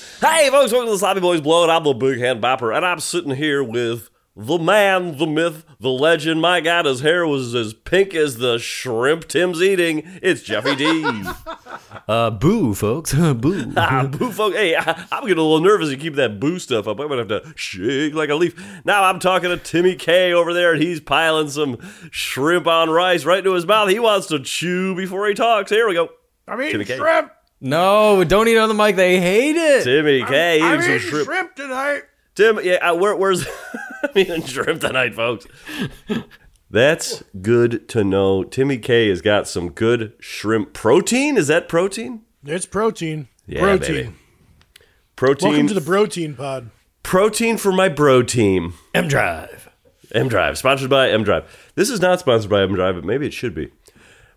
folks, welcome to the Sloppy Boys Blow, and I'm the Big Hand Bopper, and I'm sitting here with the man, the myth, the legend. My God, his hair was as pink as the shrimp Tim's eating. It's Jeffy D. Uh, boo, folks. boo. ah, boo, folks. Hey, I, I'm getting a little nervous to keep that boo stuff up. I'm gonna have to shake like a leaf. Now I'm talking to Timmy K over there, and he's piling some shrimp on rice right into his mouth. He wants to chew before he talks. Here we go. I'm eating Timmy K. shrimp. No, don't eat on the mic. They hate it. Timmy K, I'm eating some eating shrimp. shrimp. tonight. Tim, yeah, uh, where, where's I'm eating shrimp tonight, folks? That's good to know. Timmy K has got some good shrimp protein. Is that protein? It's protein. Yeah, protein. baby. Protein. Welcome to the protein pod. protein for my bro team. M Drive. M Drive, sponsored by M Drive. This is not sponsored by M Drive, but maybe it should be.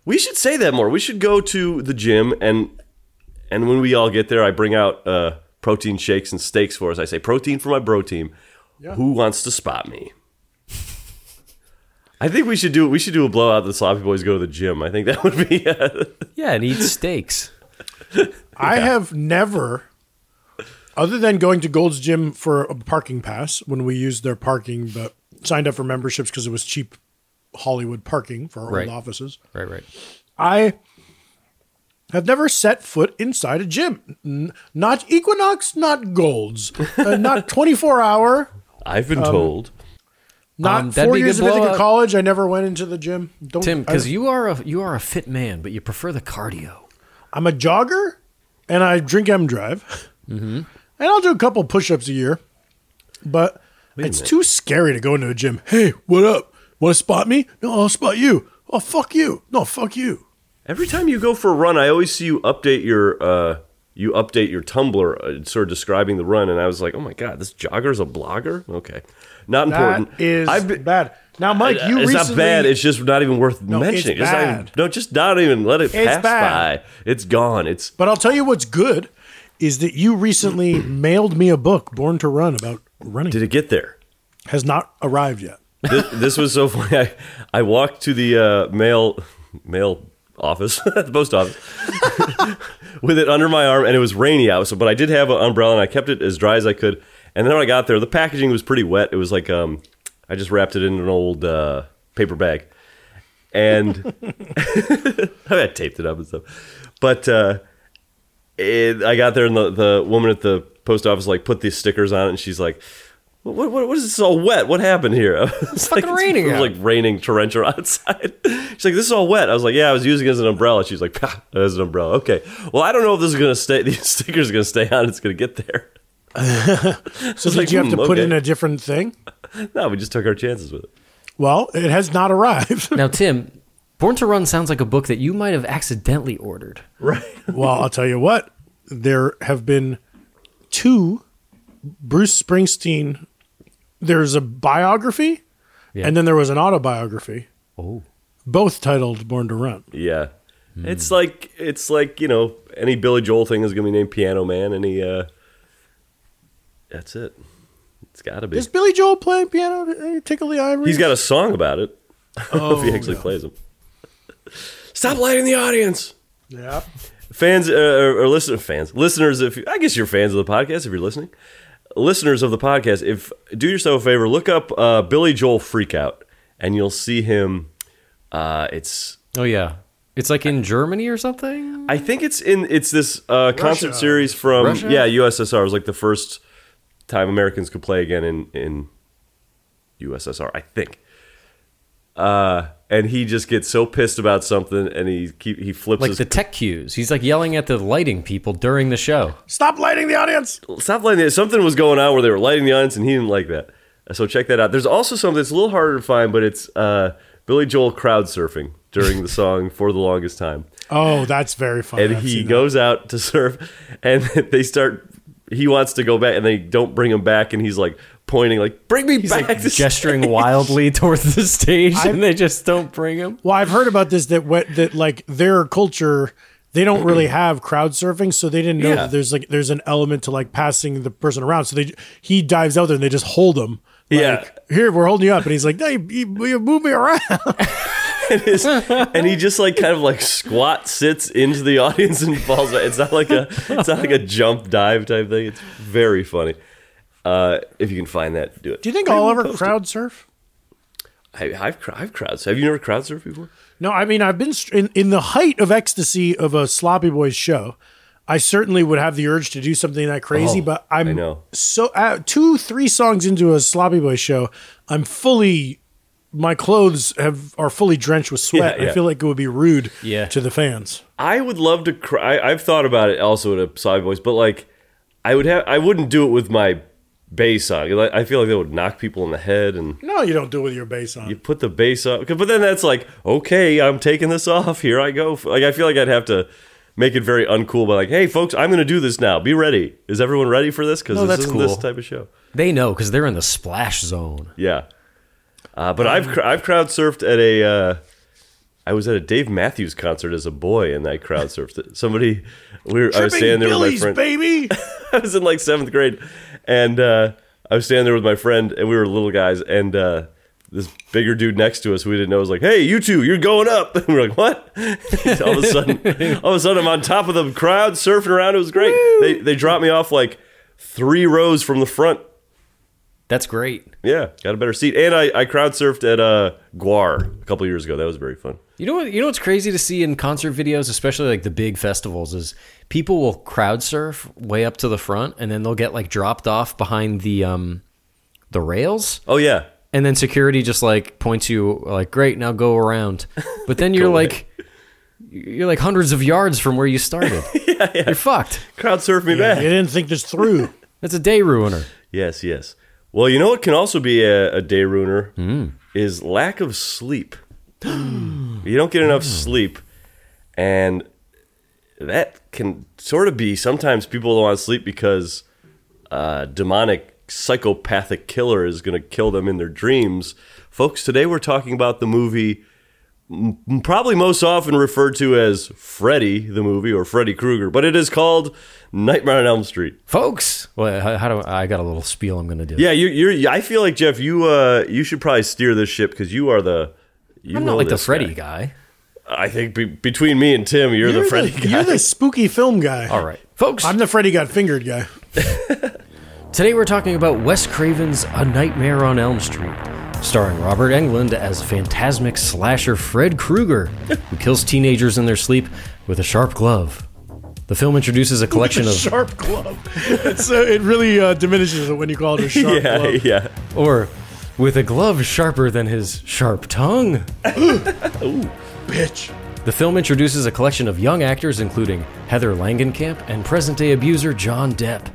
We should say that more. We should go to the gym and and when we all get there, I bring out uh, protein shakes and steaks for us. I say protein for my bro team. Who wants to spot me? I think we should do we should do a blowout. The sloppy boys go to the gym. I think that would be uh, Yeah, and eat steaks. I have never, other than going to Gold's Gym for a parking pass when we used their parking, but signed up for memberships because it was cheap Hollywood parking for our Right. old offices. Right, right. I have never set foot inside a gym. N- not Equinox, not Gold's, uh, not 24 hour, I've been told. not Um, that'd four be a good years of Ithaca blowout. College. I never went into the gym. Don't, Tim, I- because you are a you are a fit man, but you prefer the cardio. I'm a jogger and I drink M Drive. Mm-hmm. And I'll do a couple push ups a year. But it's too scary to go into a gym. Hey, what up? Want to spot me? No, I'll spot you. Oh, fuck you. No, fuck you. Every time you go for a run, I always see you update your uh, you update your Tumblr, uh, sort of describing the run, and I was like, oh my god, this jogger's a blogger. Okay, not That important. is I've been- bad. Now, Mike, you it's not recently. bad. It's just not even worth mentioning. it's not even, bad. no, just not even let it It's pass bad. by. It's gone. It's but I'll tell you what's good is that you recently mailed me a book, Born to Run, about running. did it get there? Has not arrived yet. this, this was so funny. I, I walked to the uh, mail mail office, the post office, with it under my arm, and it was rainy out. So, but I did have an umbrella, and I kept it as dry as I could. And then when I got there, the packaging was pretty wet. It was like um, I just wrapped it in an old uh, paper bag, and I taped it up and stuff. But uh, it, I got there, and the, the woman at the post office like put these stickers on it, and she's like. What, what, what is this all wet? What happened here? It's fucking raining It was out. like raining torrential outside. She's like, this is all wet. I was like, yeah, I was using it as an umbrella. She's like, "Pah, as an umbrella. Okay. Well, I don't know if this is gonna stay. These stickers are gonna stay on. It's gonna get there. So did like, you have to hmm, put okay. in a different thing? No, we just took our chances with it. Well, it has not arrived. Now, Tim, Born to Run sounds like a book that you might have accidentally ordered. Right. Well, I'll tell you what. There have been two Bruce Springsteen. There's a biography, Yeah. and then there was an autobiography, Oh, both titled "Born to Run." Yeah. It's like it's like you know any Billy Joel thing is gonna be named Piano Man. Any. uh That's it. It's gotta be. Is Billy Joel playing piano? uh, Tickle the ivory. He's got a song about it. I don't know if he actually plays them. Stop lighting the audience. yeah. fans uh, or, or listen fans listeners if i guess you're fans of the podcast if you're listening listeners of the podcast if do yourself a favor look up uh, billy joel freakout and you'll see him uh, it's oh yeah. It's like in Germany or something. i think it's in it's this uh, concert Russia. series from Russia? yeah ussr it was like the first time americans could play again in in ussr i think uh, and he just gets so pissed about something and he keep he flips Like his the tech cues. He's like yelling at the lighting people during the show. Stop lighting the audience. stop lighting the something was going on where they were lighting the audience and he didn't like that so check that out there's also something that's a little harder to find but it's uh, billy joel crowd surfing during the song for the longest time Oh, that's very funny. and I've he seen that. goes out to surf and they start he wants to go back and they don't bring him back and he's like pointing like bring me He's back like to gesturing wildly towards the stage, and they just don't bring him. Well, I've heard about this that what that like their culture they don't really have crowd surfing, so they didn't know Yeah. that there's like there's an element to like passing the person around. So they he dives out there and they just hold him. Like, Yeah. Here we're holding you up, and he's like, "Hey, you, you move me around." and, his- and he just like kind of like squat sits into the audience and falls. Back. It's not like a it's not like a jump dive type thing. It's very funny. Uh, if you can find that, do it. Do you think Maybe I'll we'll ever post it. crowd surf? I, I've cr- I've crowd. surfed. Have you never crowd surfed before? No, I mean I've been str- in, in the height of ecstasy of a sloppy boys show. I certainly would have the urge to do something that crazy, Oh, but I'm I know. so uh, two three songs into a sloppy boys show, I'm fully my clothes have are fully drenched with sweat. Yeah, yeah. I feel like it would be rude Yeah. to the fans. I would love to cry. I, I've thought about it also at a side voice, but like, I would have. I wouldn't do it with my bass on. 'cause I I feel like that would knock people in the head, and No, you don't do it with your bass on. you put the bass on. 'cause- But then that's like, okay, I'm taking this off. Here I go. Like, I feel like I'd have to make it very uncool by like, hey, folks, I'm going to do this now. Be ready. Is everyone ready for this? Because No, this that's isn't this cool. type of show. They know because they're in the splash zone. Yeah. Uh, but I've cr- I've crowd surfed at a uh, I was at a Dave Matthews concert as a boy and I crowd surfed it. Somebody we were, I was Tripping standing there with my Billy's friend. baby. I was in like seventh grade, and uh, I was standing there with my friend, and we were little guys, and uh, this bigger dude next to us, we didn't know, was like, "Hey, you two, you're going up." And we're like, "What?" And all of a sudden, all of a sudden, I'm on top of the crowd, surfing around. It was great. They they dropped me off like three rows from the front. That's great. Yeah, got a better seat, and I, I crowd surfed at uh, Guar a couple years ago. That was very fun. You know what? You know what's crazy to see in concert videos, especially like the big festivals, is people will crowd surf way up to the front, and then they'll get like dropped off behind the um the rails, Oh yeah, and then security just like points you like, "Great, now go around." But then you're away. like, you're like hundreds of yards from where you started. You're fucked. crowd surf me you back. didn't think this through. That's a day ruiner. Yes, yes. Well, you know what can also be a, a day ruiner is lack of sleep. you don't get enough sleep, and that can sort of be sometimes people don't want to sleep because uh, demonic psychopathic killer is going to kill them in their dreams. Folks, today we're talking about the movie m- probably most often referred to as Freddy the movie or Freddy Krueger, but it is called Nightmare on Elm Street. folks. Well, how, how do I, I got a little spiel I'm going to do? Yeah, you're, you're. I feel like Jeff. You uh, you should probably steer this ship because you are the. You I'm know not like the this Freddy guy. guy. I think be, between me and Tim, you're, the Freddy guy. You're the spooky film guy. All right, folks. I'm the Freddy got fingered guy. Today we're talking about Wes Craven's A Nightmare on Elm Street, starring Robert Englund as phantasmic slasher Fred Krueger, who kills teenagers in their sleep with a sharp glove. The film introduces a collection of, sharp glove. It's, uh, it really uh, diminishes it when you call it a sharp yeah, glove. yeah. or with a glove sharper than his sharp tongue. Bitch. The film introduces a collection of young actors, including Heather Langenkamp and present day abuser John Depp.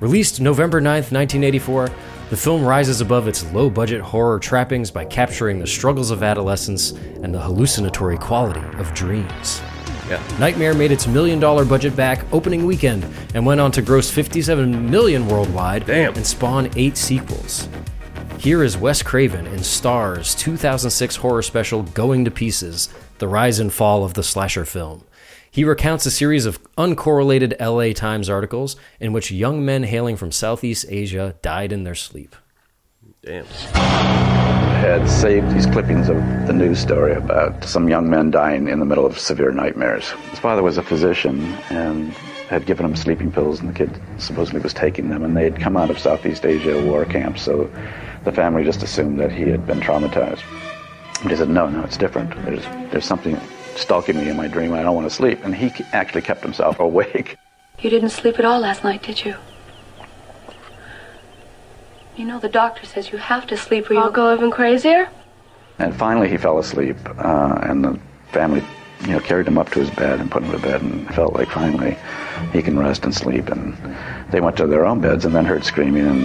Released November 9th, 1984, the film rises above its low budget horror trappings by capturing the struggles of adolescence and the hallucinatory quality of dreams. Nightmare made its million dollar budget back opening weekend and went on to gross 57 million worldwide Damn. and spawn eight sequels. Here is Wes Craven in Star's 2006 horror special Going to Pieces The Rise and Fall of the Slasher Film. He recounts a series of uncorrelated LA Times articles in which young men hailing from Southeast Asia died in their sleep. Damn. had saved these clippings of the news story about some young men dying in the middle of severe nightmares. His father was a physician and had given him sleeping pills, and the kid supposedly was taking them. And they had come out of Southeast Asia war camps, so the family just assumed that he had been traumatized. But he said, "No, no, it's different. There's there's something stalking me in my dream. I don't want to sleep." And he actually kept himself awake. You didn't sleep at all last night, did you? You know, the doctor says you have to sleep or you'll go even crazier. And finally, he fell asleep, uh, and the family, you know, carried him up to his bed and put him to bed, and felt like finally he can rest and sleep. And they went to their own beds, and then heard screaming and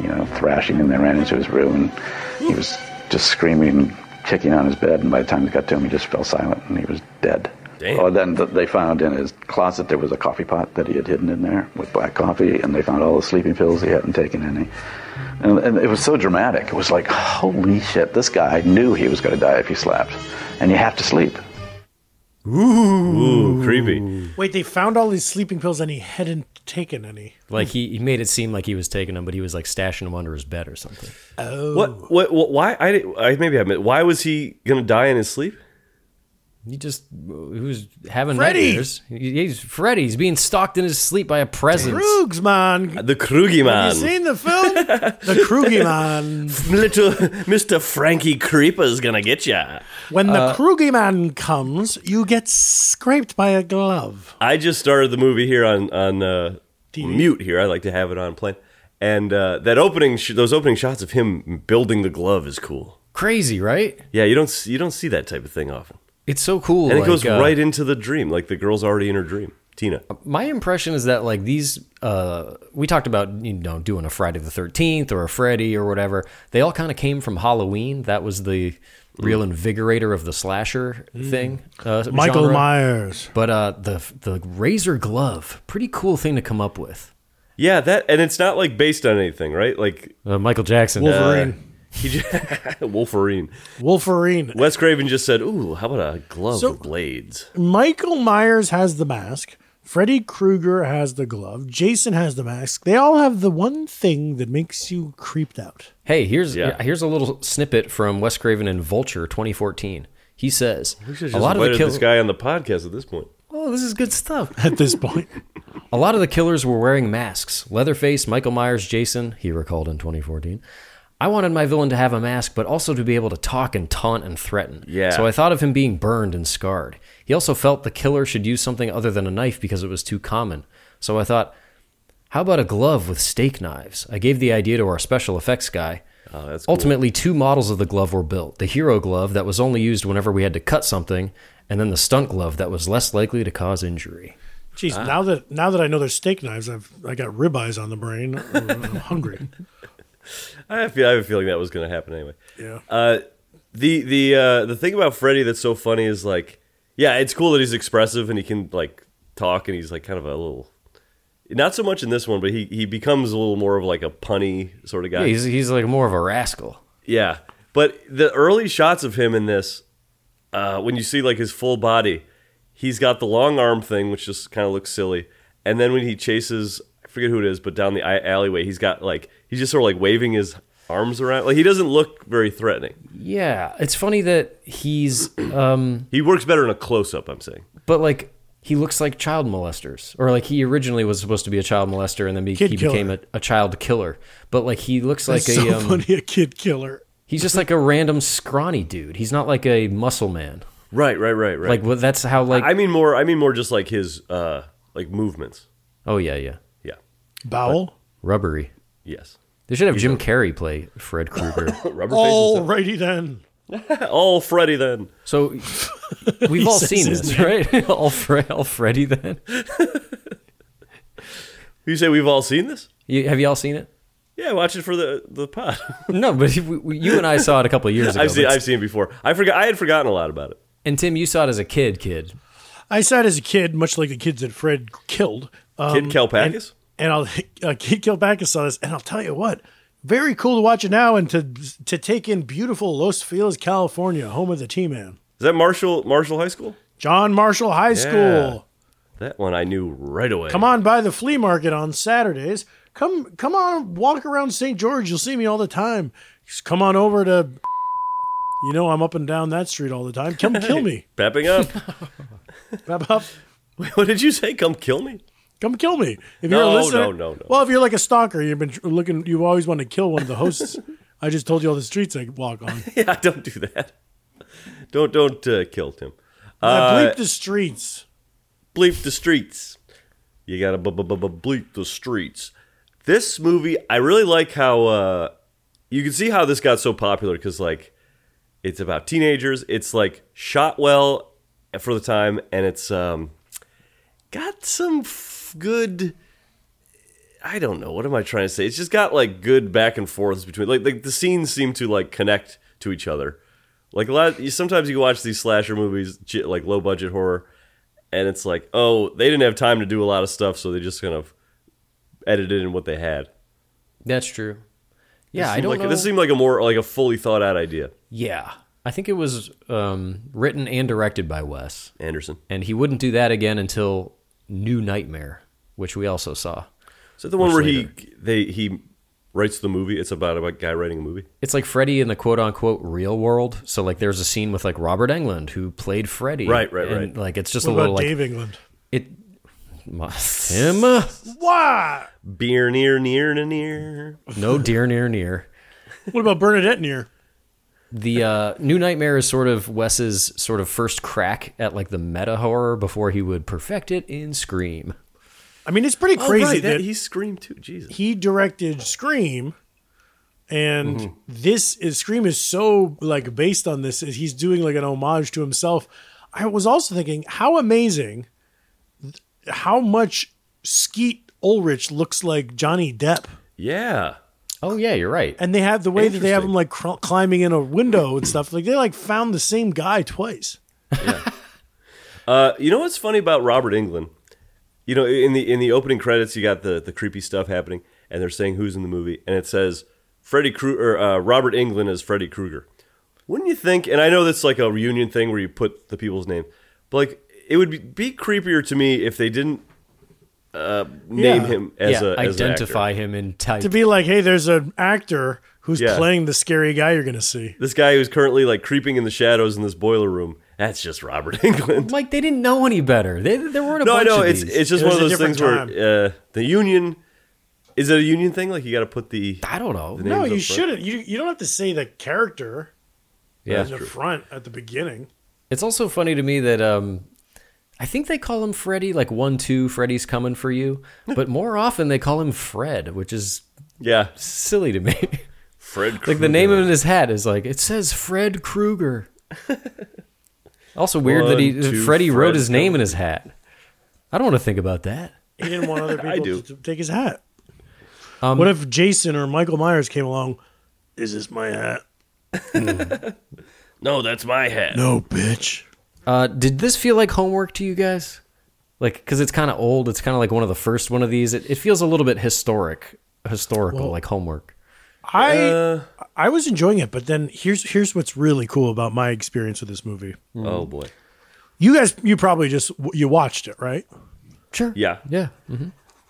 you know thrashing, and they ran into his room, and he was just screaming, and kicking on his bed, and by the time it got to him, he just fell silent, and he was dead. Damn. Oh, then th- they found in his closet there was a coffee pot that he had hidden in there with black coffee, and they found all the sleeping pills he hadn't taken any. And, and it was so dramatic. It was like, holy shit, this guy knew he was going to die if he slept. And you have to sleep. Ooh, creepy. Wait, they found all these sleeping pills and he hadn't taken any. Like he, he made it seem like he was taking them, but he was like stashing them under his bed or something. What, what? What? Why? I, did- I maybe I meant. Why was he gonna die in his sleep? He just he was having Freddy! nightmares. He- He's Freddy. He's being stalked in his sleep by a presence. Krugs, man. The Krugi man, Uh, You seen the film? the Krugi man. little Mister Frankie Creeper's gonna get ya. When the Uh, Krugi man comes, you get scraped by a glove. I just started the movie here on on uh, TV. mute here. I like to have it on plane. And uh, that opening, sh- those opening shots of him building the glove is cool. Crazy, right? Yeah, you don't s- you don't see that type of thing often, It's so cool. and it like, goes uh, Um, right into the dream. Like the girl's already in her dream. Tina, my impression is that like these uh we talked about you know doing a friday the 13th or a freddy or whatever they all kind of came from halloween that was the real Mm. invigorator of the slasher thing uh, Michael genre. Myers. but uh the the razor glove pretty cool thing to come up with yeah, that, and it's not like based on anything, right? Like uh, michael jackson uh, Wolverine. he just, Wolverine. Wolverine. Wes Craven just said, "Ooh, how about a glove So- with blades?" Michael Myers has the mask. Freddy Krueger has the glove. Jason has the mask. They all have the one thing that makes you creeped out. hey here's Yeah. here's a little snippet from wes craven and vulture 2014 he says Just a lot of the invited this killers guy on the podcast at this point. oh this is good stuff At this point, A lot of the killers were wearing masks. Leatherface, Michael Myers, Jason, he recalled in 2014. I wanted my villain to have a mask, but also to be able to talk and taunt and threaten. Yeah. So I thought of him being burned and scarred. He also felt the killer should use something other than a knife because it was too common. So I thought, how about a glove with steak knives? I gave the idea to our special effects guy. Oh, that's cool. Ultimately, two models of the glove were built the hero glove that was only used whenever we had to cut something, and then the stunt glove that was less likely to cause injury. jeez. now that now that I know there's steak knives, I've I got ribeyes on the brain. I'm hungry. I feel I have a feeling that was going to happen anyway. Yeah. Uh, the the uh, the thing about Freddy that's so funny is like, yeah, it's cool that he's expressive and he can like talk and he's like kind of a little, not so much in this one, but he he becomes a little more of like a punny sort of guy. Yeah, he's, he's like more of a rascal. Yeah, but the early shots of him in this, uh, when you see like his full body, he's got the long arm thing, which just kind of looks silly. And then when he chases, I forget who it is, but down the i- alleyway, he's got like he's just sort of like waving his arms around. Like he doesn't look very threatening. Yeah, it's funny that he's, um, He works better in a close up. I'm saying. but like he looks like child molesters, or like he originally was supposed to be a child molester, and then be, Kid he became a, a child killer. But like he looks like It's a, so um, funny, a kid killer. he's just like a random scrawny dude. He's not like a muscle man. Right, right, right, right. Like what? That's how like. I mean more. I mean more just like his uh like movements. oh yeah, yeah, Yeah. Bowel. rubbery. Yes. They should have Jim Carrey play Fred Krueger. Rubber face. and Alrighty then. stuff. All Freddy then. So we've all says seen his this, right? all, Fre- all Freddy. Then You say we've all seen this? you, have you all seen it? Yeah, watch it for the the pod. No, but we, we, you and I saw it a couple of years ago. I've seen but- I've seen it before. I forgot I had forgotten a lot about it. And Tim, you saw it as a kid, kid. I saw it as a kid, much like the kids that Fred killed. Um, Kid Kalpakis? and I'll uh, Kid Kilbackus saw this, and I'll tell you what, very cool to watch it now and to to take in beautiful Los Feliz, California, home of the T Man, Is that Marshall Marshall High School? John Marshall High School. That one I knew right away. Come on by the flea market on Saturdays. Come come on, walk around St. George. You'll see me all the time. Just come on over to, you know, I'm up and down that street all the time. Come kill me, Pepping up. Wrap up. what did you say? Come kill me? Come kill me. If No, you're a listener, no, no, no. Well, if you're like a stalker, you've been tr- looking. You always want to kill one of the hosts. I just told you all the streets I walk on. Yeah, don't do that. Don't don't uh, kill Tim. I Uh, bleep the streets. bleep the streets. You gotta bu- bu- bu- bu- bleep the streets. This movie, I really like how uh, you can see how this got so popular because like it's about teenagers. It's like shot well for the time, and it's um, got some f- good. I don't know. What am I trying to say? It's just got like good back and forths between like like the scenes seem to like connect to each other. Like a lot, you, sometimes you watch these slasher movies, j- like low budget horror, and it's like, oh, they didn't have time to do a lot of stuff, so they just kind of edited in what they had. That's true. Yeah, This I seemed don't like, know. This seemed like a more like a fully thought out idea. yeah, I think it was um, written and directed by Wes, Anderson. and he wouldn't do that again until New Nightmare, which we also saw. Is that the one Much where later. he they he writes the movie? It's about a guy writing a movie. It's like Freddy in the quote unquote real world. So like, there's a scene with like Robert Englund who played Freddy, Right, right, and, right. Like, it's just What a little about like Dave England? it. Him? Why? Beer near near and near. No dear near near. What about Bernadette Near? The uh, New Nightmare is sort of Wes's sort of first crack at like the meta horror before he would perfect it in Scream. I mean, it's pretty Oh, crazy right, that that, he screamed too. Jesus. he directed Scream, and Mm-hmm. this is Scream is so like based on this. He's doing like an homage to himself. I was also thinking how amazing, th- how much Skeet Ulrich looks like Johnny Depp, Yeah. Oh yeah, you're right. and they have the way that they have Interesting. him like cr- climbing in a window and stuff. Like they like found the same guy twice. Uh, you know what's funny about Robert England? You know, in the in the opening credits, you got the the creepy stuff happening, and they're saying who's in the movie, and it says Freddy Krueger, or, uh, Robert England as Freddy Krueger. Wouldn't you think? And I know that's like a reunion thing where you put the people's name, but like it would be, be creepier to me if they didn't uh, name Yeah. him as yeah, a as an actor. identify him in type. To be like, hey, there's an actor who's Yeah. playing the scary guy you're gonna see. this guy who's currently like creeping in the shadows in this boiler room. That's just Robert England. like they didn't know any better. They there weren't a No, I bunch know of it's these. it's just It one was of a those different things where uh, the union is it a union thing? Like you got to put the I don't know. the No, names you up front. shouldn't. You you don't have to say the character Yeah. in the front at the beginning. It's also funny to me that um, I think they call him Freddy, like one two. Freddy's coming for you, but more often they call him Fred, which is Yeah, silly to me. Fred. like the Krueger. name of his hat is like it says Fred Krueger. also weird that he One, two, Freddy wrote Fred his name in his hat. I don't want to think about that. He didn't want other people do. Um, to take his hat. what if Jason or Michael Myers came along? Is this my hat? No, that's my hat. No, bitch. Uh, did this feel like homework to you guys? Like, because it's kind of old. It's kind of like one of the first one of these. It, it feels a little bit historic, historical, like homework. I Uh, I was enjoying it, but then here's here's what's really cool about my experience with this movie. Oh boy. You guys, you probably just you watched it, right? Sure. Yeah. Yeah.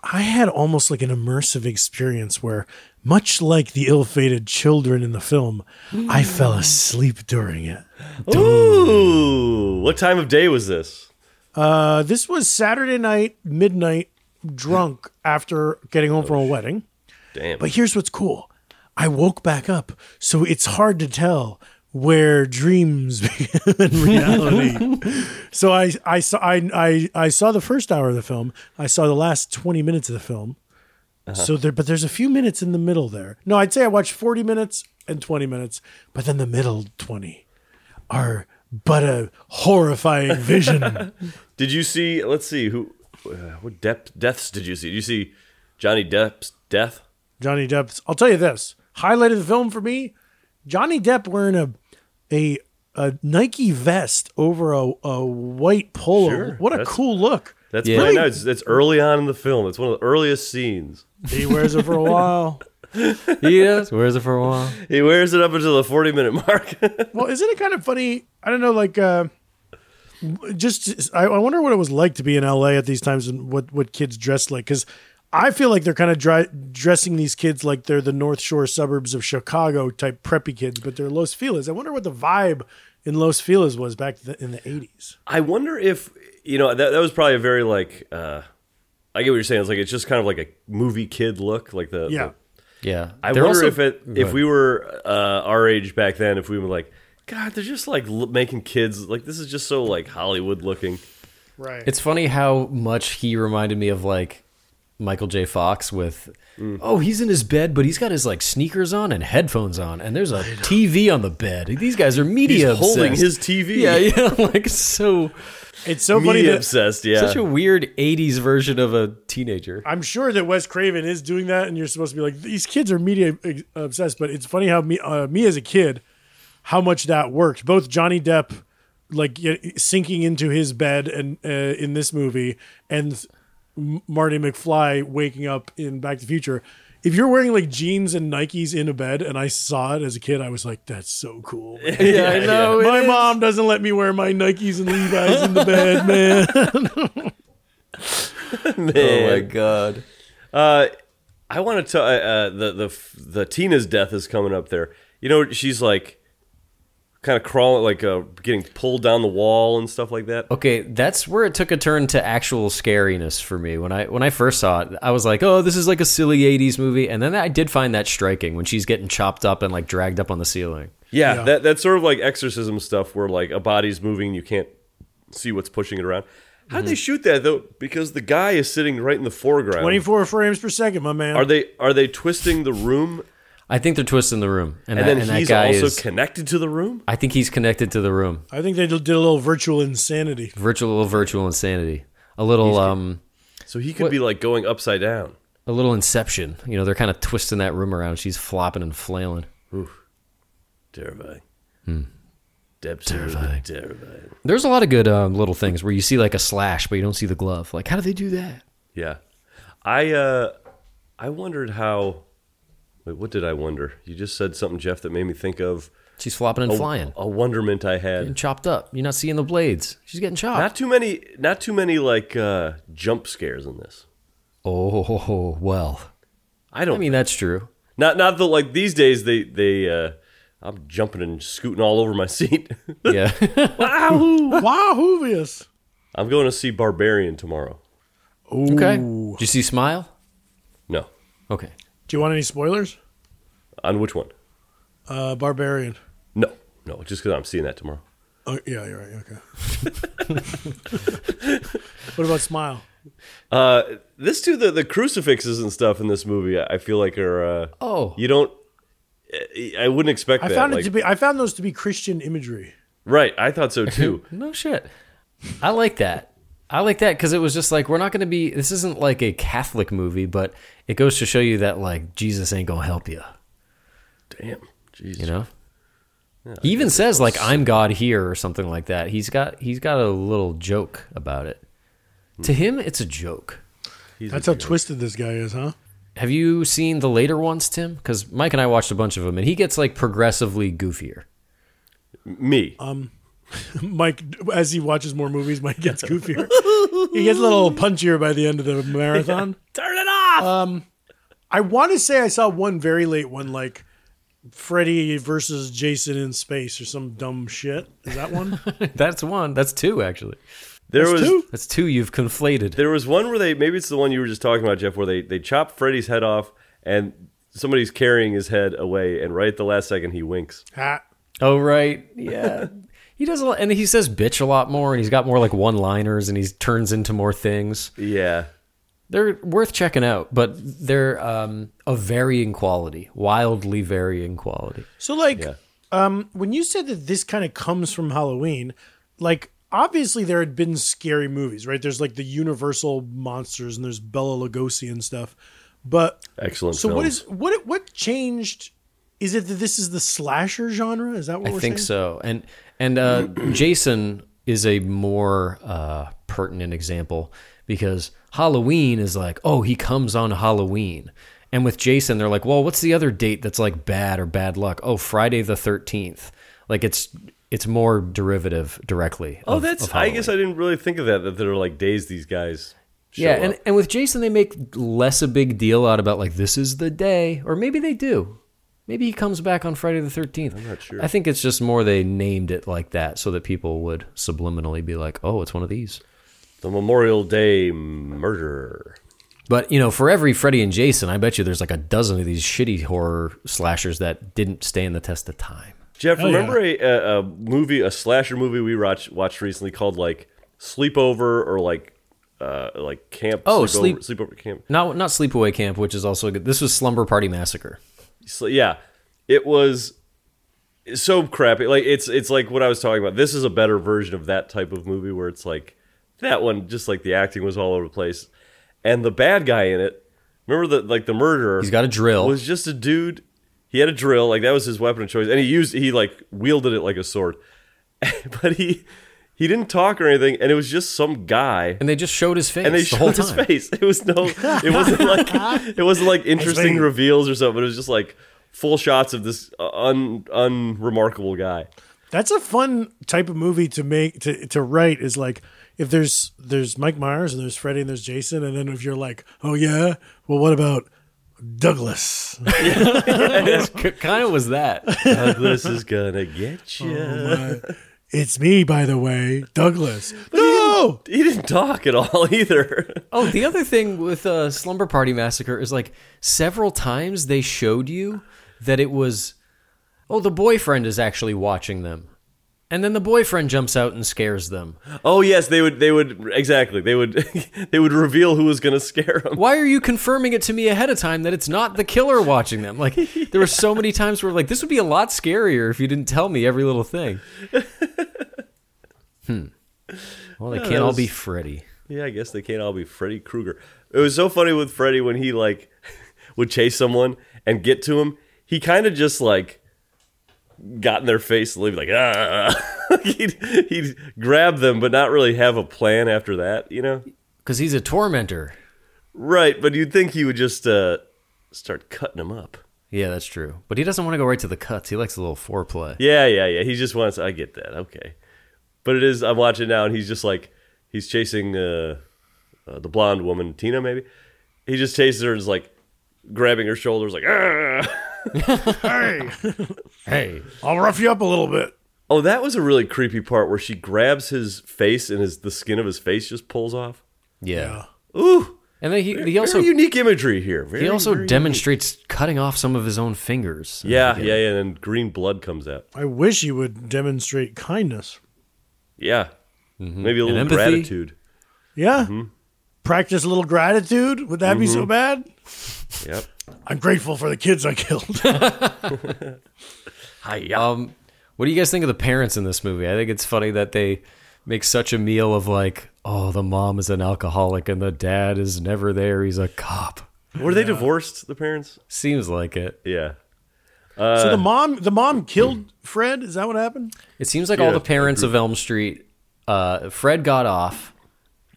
I had almost like an immersive experience where, much like the ill-fated children in the film, I fell asleep during it. Ooh, what time of day was this? Uh, this was Saturday night, midnight, drunk after getting home from a wedding. Damn. But here's what's cool I woke back up, so it's hard to tell where dreams began and reality. so I, I, saw, I, I, I saw the first hour of the film, I saw the last 20 minutes of the film. So there, but there's a few minutes in the middle there. No, I'd say I watched 40 minutes and 20 minutes, but then the middle 20 are but a horrifying vision. Did you see? Let's see who. Uh, what depth, deaths did you see? Did you see Johnny Depp's death? Johnny Depp's. I'll tell you this: highlight of the film for me, Johnny Depp wearing a a, a Nike vest over a, a white polo. Sure, what a that's- cool look! That's Yeah. yeah. I know it's, it's early on in the film. It's one of the earliest scenes. He wears it for a while. He does. Where's it for a while? He wears it up until the forty minute mark. Well, isn't it kind of funny? I don't know, like. Uh, just I, I wonder what it was like to be in LA at these times and what what kids dress like because I feel like they're kind of dry, dressing these kids like they're the North Shore suburbs of Chicago type preppy kids, but they're Los Feliz. I wonder what the vibe in Los Feliz was back th in the eighties. I wonder if you know that that was probably a very like uh I get what you're saying. It's like it's just kind of like a movie kid look, like the Yeah. the- Yeah. I They're wonder also- if it Go if ahead. we were uh, our age back then, if we were like, God, they're just like l- making kids like this is just so like Hollywood looking. Right. It's funny how much he reminded me of like Michael J. Fox with. Mm. Oh, he's in his bed, but he's got his like sneakers on and headphones on, and there's a TV on the bed. These guys are media He's holding obsessed. his TV. Yeah, yeah, like so It's so funny Media that obsessed. Yeah. such a weird '80s version of a teenager. I'm sure that Wes Craven is doing that, and you're supposed to be like, these kids are media ex- obsessed. But it's funny how me, uh, me as a kid, how much that worked. Both Johnny Depp, like y- sinking into his bed, and uh, in this movie, and M- Marty McFly waking up in Back to the Future. if you're wearing like jeans and Nikes in a bed, and I saw it as a kid, I was like, that's so cool. man." Yeah, I know. My mom doesn't let me wear my Nikes and Levi's in the bed, man. Man. Oh my god. Uh, I want to tell uh, the the the Tina's death is coming up there. You know, she's like kind of crawling, like uh, getting pulled down the wall and stuff like that. Okay, that's where it took a turn to actual scariness for me. When I when I first saw it, I was like, "Oh, this is like a silly '80s movie," and then I did find that striking when she's getting chopped up and like dragged up on the ceiling. Yeah, Yeah. that that's sort of like exorcism stuff, where like a body's moving, and you can't see what's pushing it around. How'd they shoot that though? Because the guy is sitting right in the foreground. 24 frames per second, my man. Are they are they twisting the room, I think they're twisting the room, and and, that, then and that he's guy also is. connected to the room? I think he's connected to the room. I think they did a little virtual insanity. Virtual, little virtual insanity. A little, um, So he could be like going upside down. a little inception. You know, they're kind of twisting that room around. She's flopping and flailing. Terrifying. Hmm. Terrifying. Terrifying. There's a lot of good um, little things where you see like a slash, but you don't see the glove. Like, how do they do that? Yeah. I uh I wondered how wait, what did I wonder? You just said something, Jeff, that made me think of She's flopping and a, flying, a wonderment I had. and chopped up. You're not seeing the blades. She's getting chopped. Not too many not too many like uh jump scares in this. Oh well. I don't I mean that's true. not not that like these days they they uh I'm jumping and scooting all over my seat. Yeah. Wahoovius. I'm going to see Barbarian tomorrow. okay. Did you see smile? No. Okay. Do you want any spoilers? On which one? Uh, Barbarian. No. No, just cuz I'm seeing that tomorrow. Oh, yeah, you're right. Okay. what about Smile? Uh, this too, the, the crucifixes and stuff in this movie, I I feel like are. Uh, Oh. You don't. I wouldn't expect I that. found it like- to be. I found those to be Christian imagery. right. I thought so too. No shit. I like that. I like that because it was just like we're not going to be. This isn't like a Catholic movie, but it goes to show you that like Jesus ain't gonna help you. Damn. Jesus. You know. he even says like I'm God here or something like that. He's got he's got a little joke about it. To him, it's a joke. He's That's a how twisted this guy is, huh? Have you seen the later ones, Tim? Because Mike and I watched a bunch of them, and he gets like progressively goofier. me. Um, Mike, as he watches more movies, Mike gets goofier. he gets a little punchier by the end of the marathon. Turn it off. I want to say I saw one very late one, like Freddy versus Jason in space or some dumb shit. Is that one? That's one. That's two, actually. there was two? That's two you've conflated. there was one where they maybe it's the one you were just talking about, Jeff, where they they chop Freddy's head off and somebody's carrying his head away, and right at the last second he winks. Ha. Oh, right. Yeah. he does a lot, and he says bitch a lot more, and he's got more like one liners, and he turns into more things. Yeah. They're worth checking out, but they're um, of varying quality, wildly varying quality. So like um when you said that this kind of comes from Halloween, like obviously there had been scary movies, right? There's like the universal monsters and there's Bella Lugosi and stuff. But Excellent. so what films. is what what changed is it that this is the slasher genre? Is that what I we're think saying? so. And and uh, Jason is a more uh, pertinent example because Halloween is like, oh, he comes on Halloween. And with Jason, they're like, well, what's the other date that's like bad or bad luck? Oh, Friday the thirteenth. Like it's it's more derivative directly. Oh, of- that's. of I Halloween. guess I didn't really think of that. That there are like days these guys. Show yeah. up. And and with Jason, they make less a big deal out about like this is the day, or maybe they do. Maybe he comes back on Friday the thirteenth. I'm not sure. I think it's just more they named it like that so that people would subliminally be like, "Oh, it's one of these." the Memorial Day murder. But you know, for every Freddy and Jason, I bet you there's like a dozen of these shitty horror slashers that didn't stand the test of time. Jeff, Hell remember a, a, a movie, a slasher movie we watched watched recently called like Sleepover or like uh, like Camp. Oh, sleepover, Sleep- sleepover Camp. Not not Sleepaway Camp, which is also good. This was Slumber Party Massacre. So, yeah, it was so crappy. Like it's it's like what I was talking about. This is a better version of that type of movie where it's like that one. Just like the acting was all over the place, and the bad guy in it. Remember the like the murderer. He's got a drill. was just a dude. He had a drill, like that was his weapon of choice, and he used he like wielded it like a sword. but he He didn't talk or anything, and it was just some guy. And they just showed his face and they the showed whole his time. face. It was no, it wasn't like it wasn't like interesting think- reveals or something. It was just like full shots of this uh, un unremarkable guy. That's a fun type of movie to make to, to write is like if there's there's Mike Myers and there's Freddy and there's Jason and then if you're like, "Oh yeah, well what about Douglas?" kind of was that. Douglas is gonna get you. Oh it's me by the way, Douglas. no! he didn't talk at all either. Oh, the other thing with uh, Slumber Party Massacre is like several times they showed you that it was, oh, the boyfriend is actually watching them. And then the boyfriend jumps out and scares them. Oh yes, they would. They would exactly. They would. they would reveal who was gonna scare him. Why are you confirming it to me ahead of time that it's not the killer watching them? Like, there were so many times where, like, this would be a lot scarier if you didn't tell me every little thing. Hmm. Well, they can't all was- be Freddy. Yeah, I guess they can't all be Freddy Krueger. It was so funny with Freddy when he like would chase someone and get to him. He kind of just like got in their face and leave like ah. he'd, he'd grab them, but not really have a plan after that, you know? Because he's a tormentor. Right? But you'd think he would just uh, start cutting them up. Yeah, that's true. But he doesn't want to go right to the cuts. He likes a little foreplay. Yeah, yeah, yeah. He just wants. I get that. Okay, but it is. I'm watching now, and he's just like he's chasing uh, uh, the blonde woman, Tina, maybe. He just chases her and is like grabbing her shoulders, like. "Argh." Hey, Hey, I'll rough you up a little bit. Oh, that was a really creepy part where she grabs his face and his the skin of his face just pulls off. Yeah. Ooh, And then he, he also very unique imagery here. Very, he also very- demonstrates cutting off some of his own fingers. yeah, yeah, yeah. And then green blood comes out. I wish he would demonstrate kindness. Yeah, maybe a little Mm-hmm. empathy. gratitude. Yeah. Practice a little gratitude. Would that be so bad? Yep. I'm grateful for the kids I killed. Um, what do you guys think of the parents in this movie? I think it's funny that they make such a meal of like, oh, the mom is an alcoholic and the dad is never there. He's a cop. Were they divorced? The parents? Seems like it. Yeah. so the mom the mom killed Fred? Is that what happened? It seems like all the parents of Elm Street. Uh, Fred got off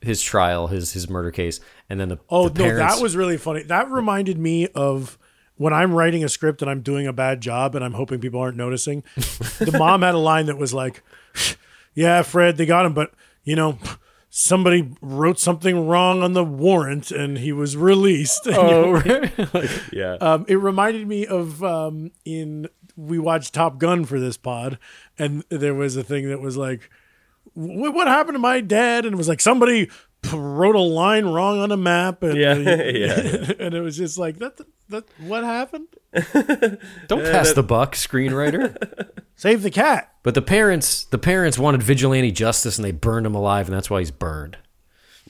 his trial, his his murder case, and then the Oh the no, parents, that was really funny. That reminded me of when I'm writing a script and I'm doing a bad job and I'm hoping people aren't noticing. the mom had a line that was like, "Yeah, Fred, they got him, but you know, somebody wrote something wrong on the warrant and he was released." Oh. Yeah. Uh, Um, it reminded me of um, in we watched Top Gun for this pod, and there was a thing that was like, "Wh- "What happened to my dad?" And it was like somebody p- wrote a line wrong on a map, and Yeah, yeah, and it was just like that. That what happened? don't pass the buck, screenwriter. Save the cat. But the parents, the parents wanted vigilante justice, and they burned him alive, and that's why he's burned.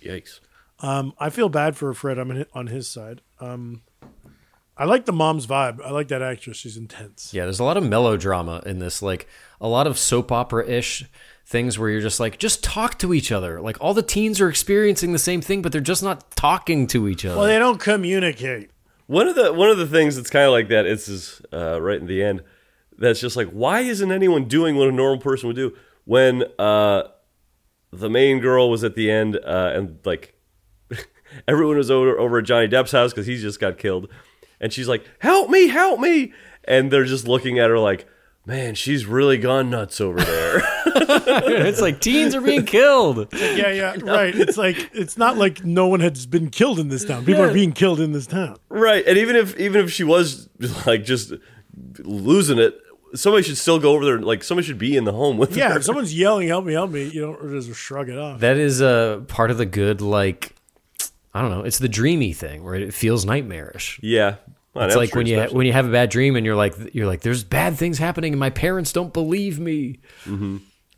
Yikes. Um, I feel bad for Fred. I'm in- on his side. Um, I like the mom's vibe. I like that actress. She's intense. Yeah, there's a lot of melodrama in this, like a lot of soap opera ish things where you're just like, just talk to each other. Like all the teens are experiencing the same thing, but they're just not talking to each other. Well, they don't communicate. One of the one of the things that's kind of like that is is uh, right in the end. That's just like why isn't anyone doing what a normal person would do when uh, the main girl was at the end uh, and like everyone was over over at Johnny Depp's house because he just got killed, and she's like, "Help me, help me!" And they're just looking at her like, "Man, she's really gone nuts over there." it's like teens are being killed. Yeah, yeah, right. It's like it's not like no one has been killed in this town. People are being killed in this town. Right, and even if even if she was like just losing it, somebody should still go over there. Like somebody should be in the home with Yeah, her. if someone's yelling, "Help me, help me!" You don't just shrug it off. That is a part of the good, like, I don't know, it's the dreamy thing where it feels nightmarish. yeah. On It's Elm like Street when you especially. when you have a bad dream and you're like you're like there's bad things happening and my parents don't believe me.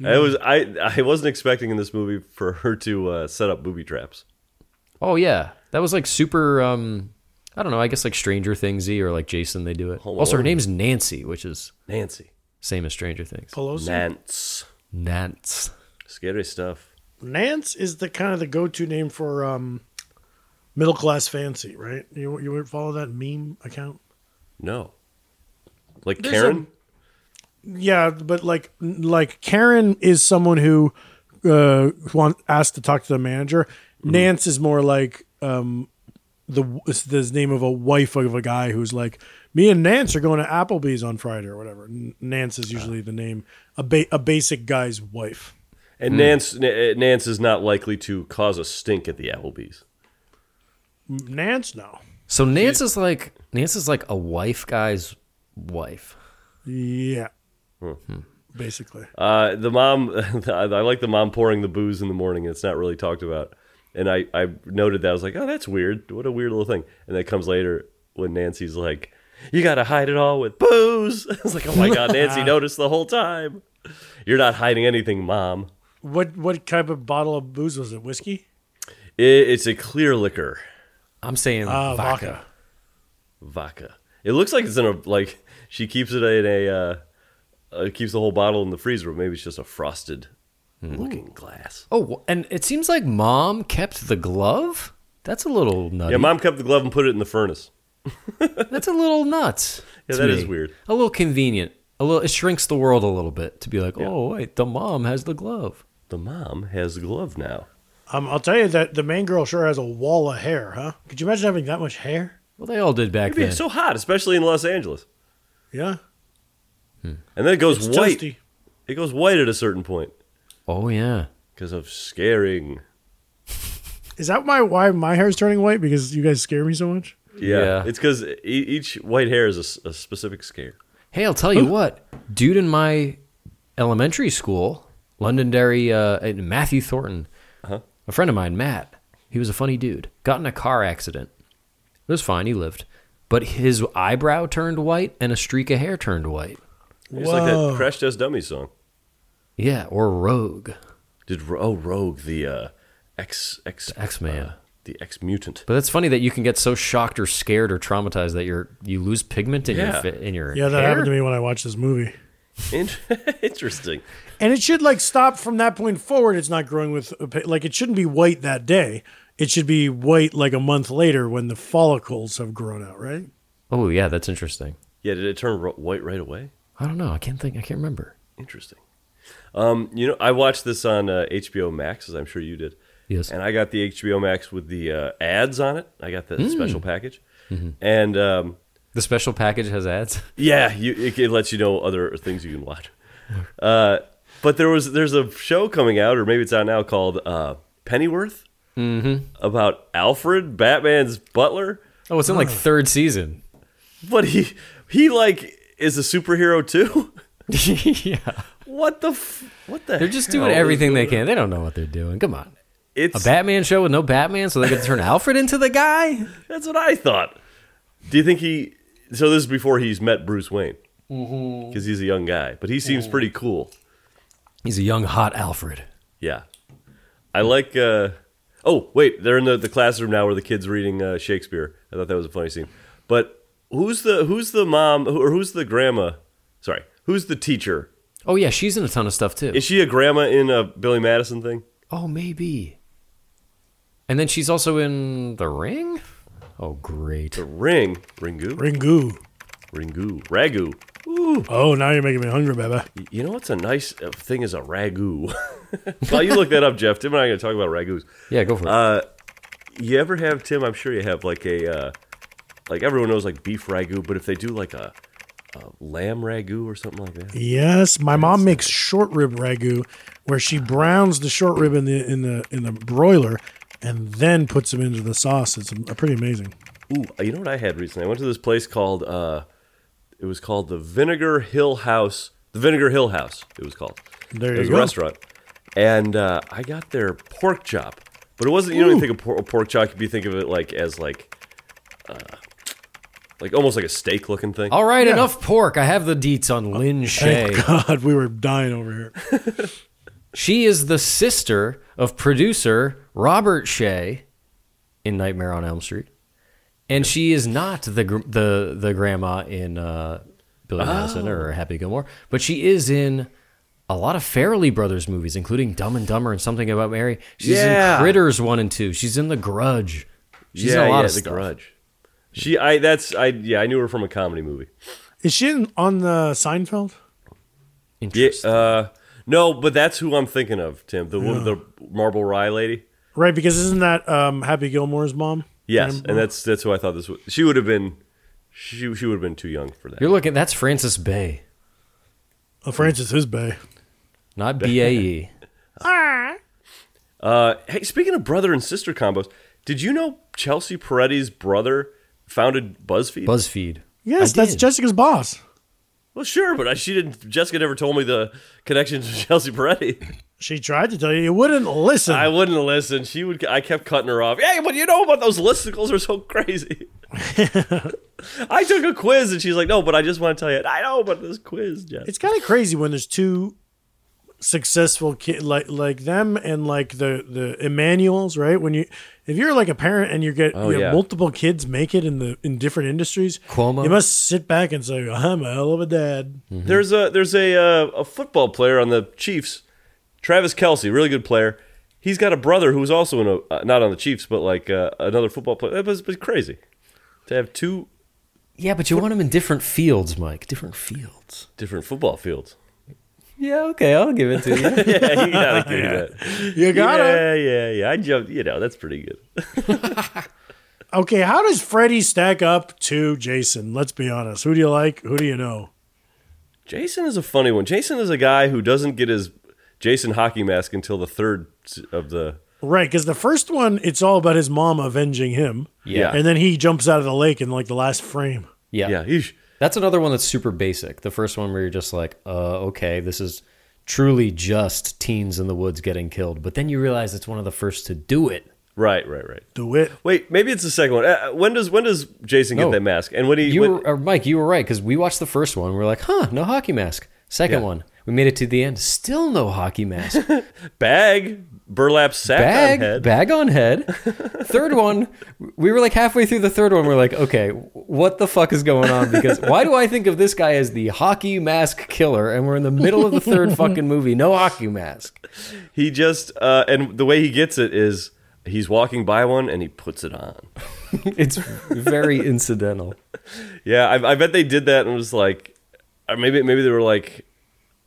I was I I wasn't expecting in this movie for her to uh, set up booby traps. Oh yeah, that was like super. um I don't know. I guess like Stranger Thingsy or like Jason, they do it. also, her name's Nancy, which is Nancy, same as Stranger Things. Pelosi. Nance, Nance. scary stuff. Nance is the kind of the go-to name for um, middle class fancy, right? You you would follow that meme account? No, like There's Karen. Yeah, but like like Karen is someone who uh, want, asked to talk to the manager. Nance is more like um, the it's the name of a wife of a guy who's like, me and Nance are going to Applebee's on Friday or whatever. N- Nance is usually the name a ba- a basic guy's wife. And Nance N- Nance is not likely to cause a stink at the Applebee's. Nance, no, So Nance is like Nance is like a wife guy's wife. yeah, basically. Uh, the mom, I like the mom pouring the booze in the morning. It's not really talked about. And I, I noted that. I was like, oh, that's weird. What a weird little thing. And that comes later when Nancy's like, you got to hide it all with booze. I was like, oh my God, Nancy noticed the whole time. You're not hiding anything, mom. What what type of bottle of booze was it? Whiskey, I- it's a clear liquor, I'm saying Ah, uh, vodka. vodka. vodka. It looks like it's in a, like, she keeps it in a, uh, uh, keeps the whole bottle in the freezer. Maybe it's just a frosted Hmm. looking glass. Oh, and it seems like mom kept the glove. That's a little nutty. Yeah, mom kept the glove and put it in the furnace. That's a little nuts. Yeah, to that is me. weird. A little convenient. A little. It shrinks the world a little bit to be like, oh wait, the mom has the glove. The mom has a glove now. Um, I'll tell you that the main girl sure has a wall of hair, huh? Could you imagine having that much hair? Well, they all did back It'd be then. so hot, especially in Los Angeles. Yeah, And then it goes It's white. toasty. It goes white at a certain point oh yeah. because of scaring. Is that my why my hair's turning white? Because you guys scare me so much. Yeah, Yeah. it's because e- each white hair is a s- a, specific scare. Hey, I'll tell you what, dude in my elementary school, Londonderry, uh, and Matthew Thornton, a friend of mine, Matt, he was a funny dude, got in a car accident. It was fine, he lived. But his eyebrow turned white and a streak of hair turned white. It's like that Whoa. Crash Test Dummy song. Yeah, or rogue. Did Ro- oh Rogue the uh, X X X-Man. uh, the X mutant? But that's funny that you can get so shocked or scared or traumatized that you're you lose pigment in Yeah. your fi- in your Yeah, that hair? happened to me when I watched this movie. In- Interesting. And it should like stop from that point forward. It's not growing with a pa- like it shouldn't be white that day. It should be white like a month later when the follicles have grown out, right? Oh yeah, that's interesting. Yeah, did it turn ro- white right away? I don't know. I can't think. I can't remember. Interesting. Um, you know, I watched this on uh, HBO Max, as I'm sure you did. Yes. And I got the HBO Max with the uh, ads on it. I got the Mm. special package, Mm-hmm. and um, The special package has ads. yeah, you, it, it lets you know other things you can watch. Uh, but there was there's a show coming out, or maybe it's out now, called uh, Pennyworth, Mm-hmm. about Alfred, Batman's butler. Oh, it's in like third season. But he he like is a superhero too. yeah. What the f- what the? They're just doing hell? everything they can. They don't know what they're doing. Come on. A It's Batman show with no Batman, so they get to turn Alfred into the guy? That's what I thought. Do you think he? So this is before he's met Bruce Wayne, because he's a young guy, but he seems pretty cool. He's a young, hot Alfred. Yeah, I like. Uh, oh wait, they're in the, the classroom now where the kids reading uh, Shakespeare. I thought that was a funny scene. But who's the who's the mom or who's the grandma? Sorry, who's the teacher? Oh, yeah, she's in a ton of stuff, too. Is she a grandma in a Billy Madison thing? oh, maybe. And then she's also in The Ring? Oh, great. The ring, Ringu, Ringu. Ringu, ragu. Oh, now you're making me hungry, baby. You know what's a nice uh, thing is a ragu. well, you look that up, Jeff. Tim and I are going to talk about ragus. Yeah, go for it. Uh, You ever have Tim? I'm sure you have like a uh, like everyone knows like beef ragu, but if they do like a, a lamb ragu or something like that, Yes, my mom makes short rib ragu, where she browns the short rib in the in the in the broiler, and then puts them into the sauce. It's uh, pretty amazing. ooh, uh, you know what I had recently? I went to this place called uh, it was called the Vinegar Hill House. The Vinegar Hill House. It was called. There it you was go. a restaurant, and uh, I got their pork chop, but it wasn't. You know, when you think of por- pork chop, you think of it like as like. Uh, like almost like a steak looking thing. All right, enough pork. I have the deets on Lynn Shay. Thank God, we were dying over here. She is the sister of producer Robert Shay in Nightmare on Elm Street, and she is not the gr- the the grandma in uh, Billy Oh. Madison or Happy Gilmore, but she is in a lot of Farrelly Brothers movies, including Dumb and Dumber and Something About Mary. She's Yeah. in Critters one and two. She's in The Grudge. She's in a lot of The stuff. Grudge. She, I, that's, I, yeah, I knew her from a comedy movie. Is she in, on the Seinfeld? Yeah, Interesting. uh, No, but that's who I'm thinking of, Tim. The wo- the Marble Rye lady. Right, because isn't that um, Happy Gilmore's mom? uh, Yes, and that's that's who I thought this was. She would have been. She she would have been too young for that. You're looking. That's Francis Bay, Oh, Francis is Bay. not B A E. Uh, hey, speaking of brother and sister combos, did you know Chelsea Peretti's brother founded BuzzFeed? Buzzfeed. Yes, I that's did. Jessica's boss. well, sure, but I, she didn't. Jessica never told me the connection to Chelsea Peretti. She tried to tell you, you wouldn't listen. I wouldn't listen. She would. I kept cutting her off. Hey, but you know about those listicles are so crazy. I took a quiz and she's like, "No, but I just want to tell you. I know about this quiz, Jess." it's kind of crazy when there's two successful kids like like them and like the the Emmanuels, right? When you if you're like a parent and you get you have Oh, yeah. multiple kids make it in the in different industries, Cuomo. you must sit back and say, "I'm a hell of a dad." Mm-hmm. There's a there's a uh, a football player on the Chiefs, Travis Kelsey, really good player. He's got a brother who's also in a uh, not on the Chiefs, but like uh, another football player. That was, was crazy to have two Yeah, but you want them in different fields, Mike. Different fields. different football fields. Yeah, okay, I'll give it to you. Yeah, you gotta do that. You got it. yeah, yeah, yeah. I jumped. You know, that's pretty good. Okay, how does Freddy stack up to Jason? Let's be honest. Who do you like? Who do you know? Jason is a funny one. Jason is a guy who doesn't get his Jason hockey mask until the third s- of the. Right, because the first one, it's all about his mom avenging him. Yeah. And then he jumps out of the lake in like the last frame. Yeah. Yeah, eesh. That's another one that's super basic. The first one where you're just like, uh, okay, this is truly just teens in the woods getting killed. But then you realize it's one of the first to do it. right, right, right. Do it. Wait, maybe it's the second one. Uh, when does when does Jason No. get that mask? And when he You when- were, or Mike, you were right because we watched the first one. We are like, huh, no hockey mask. Second Yeah. one, we made it to the end. Still no hockey mask. bag burlap sack Bag, on head. bag on head. Third one, we were like halfway through the third one. We're like, okay, what the fuck is going on? Because why do I think of this guy as the hockey mask killer? And we're in the middle of the third fucking movie. No hockey mask. He just uh, and the way he gets it is he's walking by one and he puts it on. It's very incidental. Yeah, I, I bet they did that and was like, or maybe maybe they were like,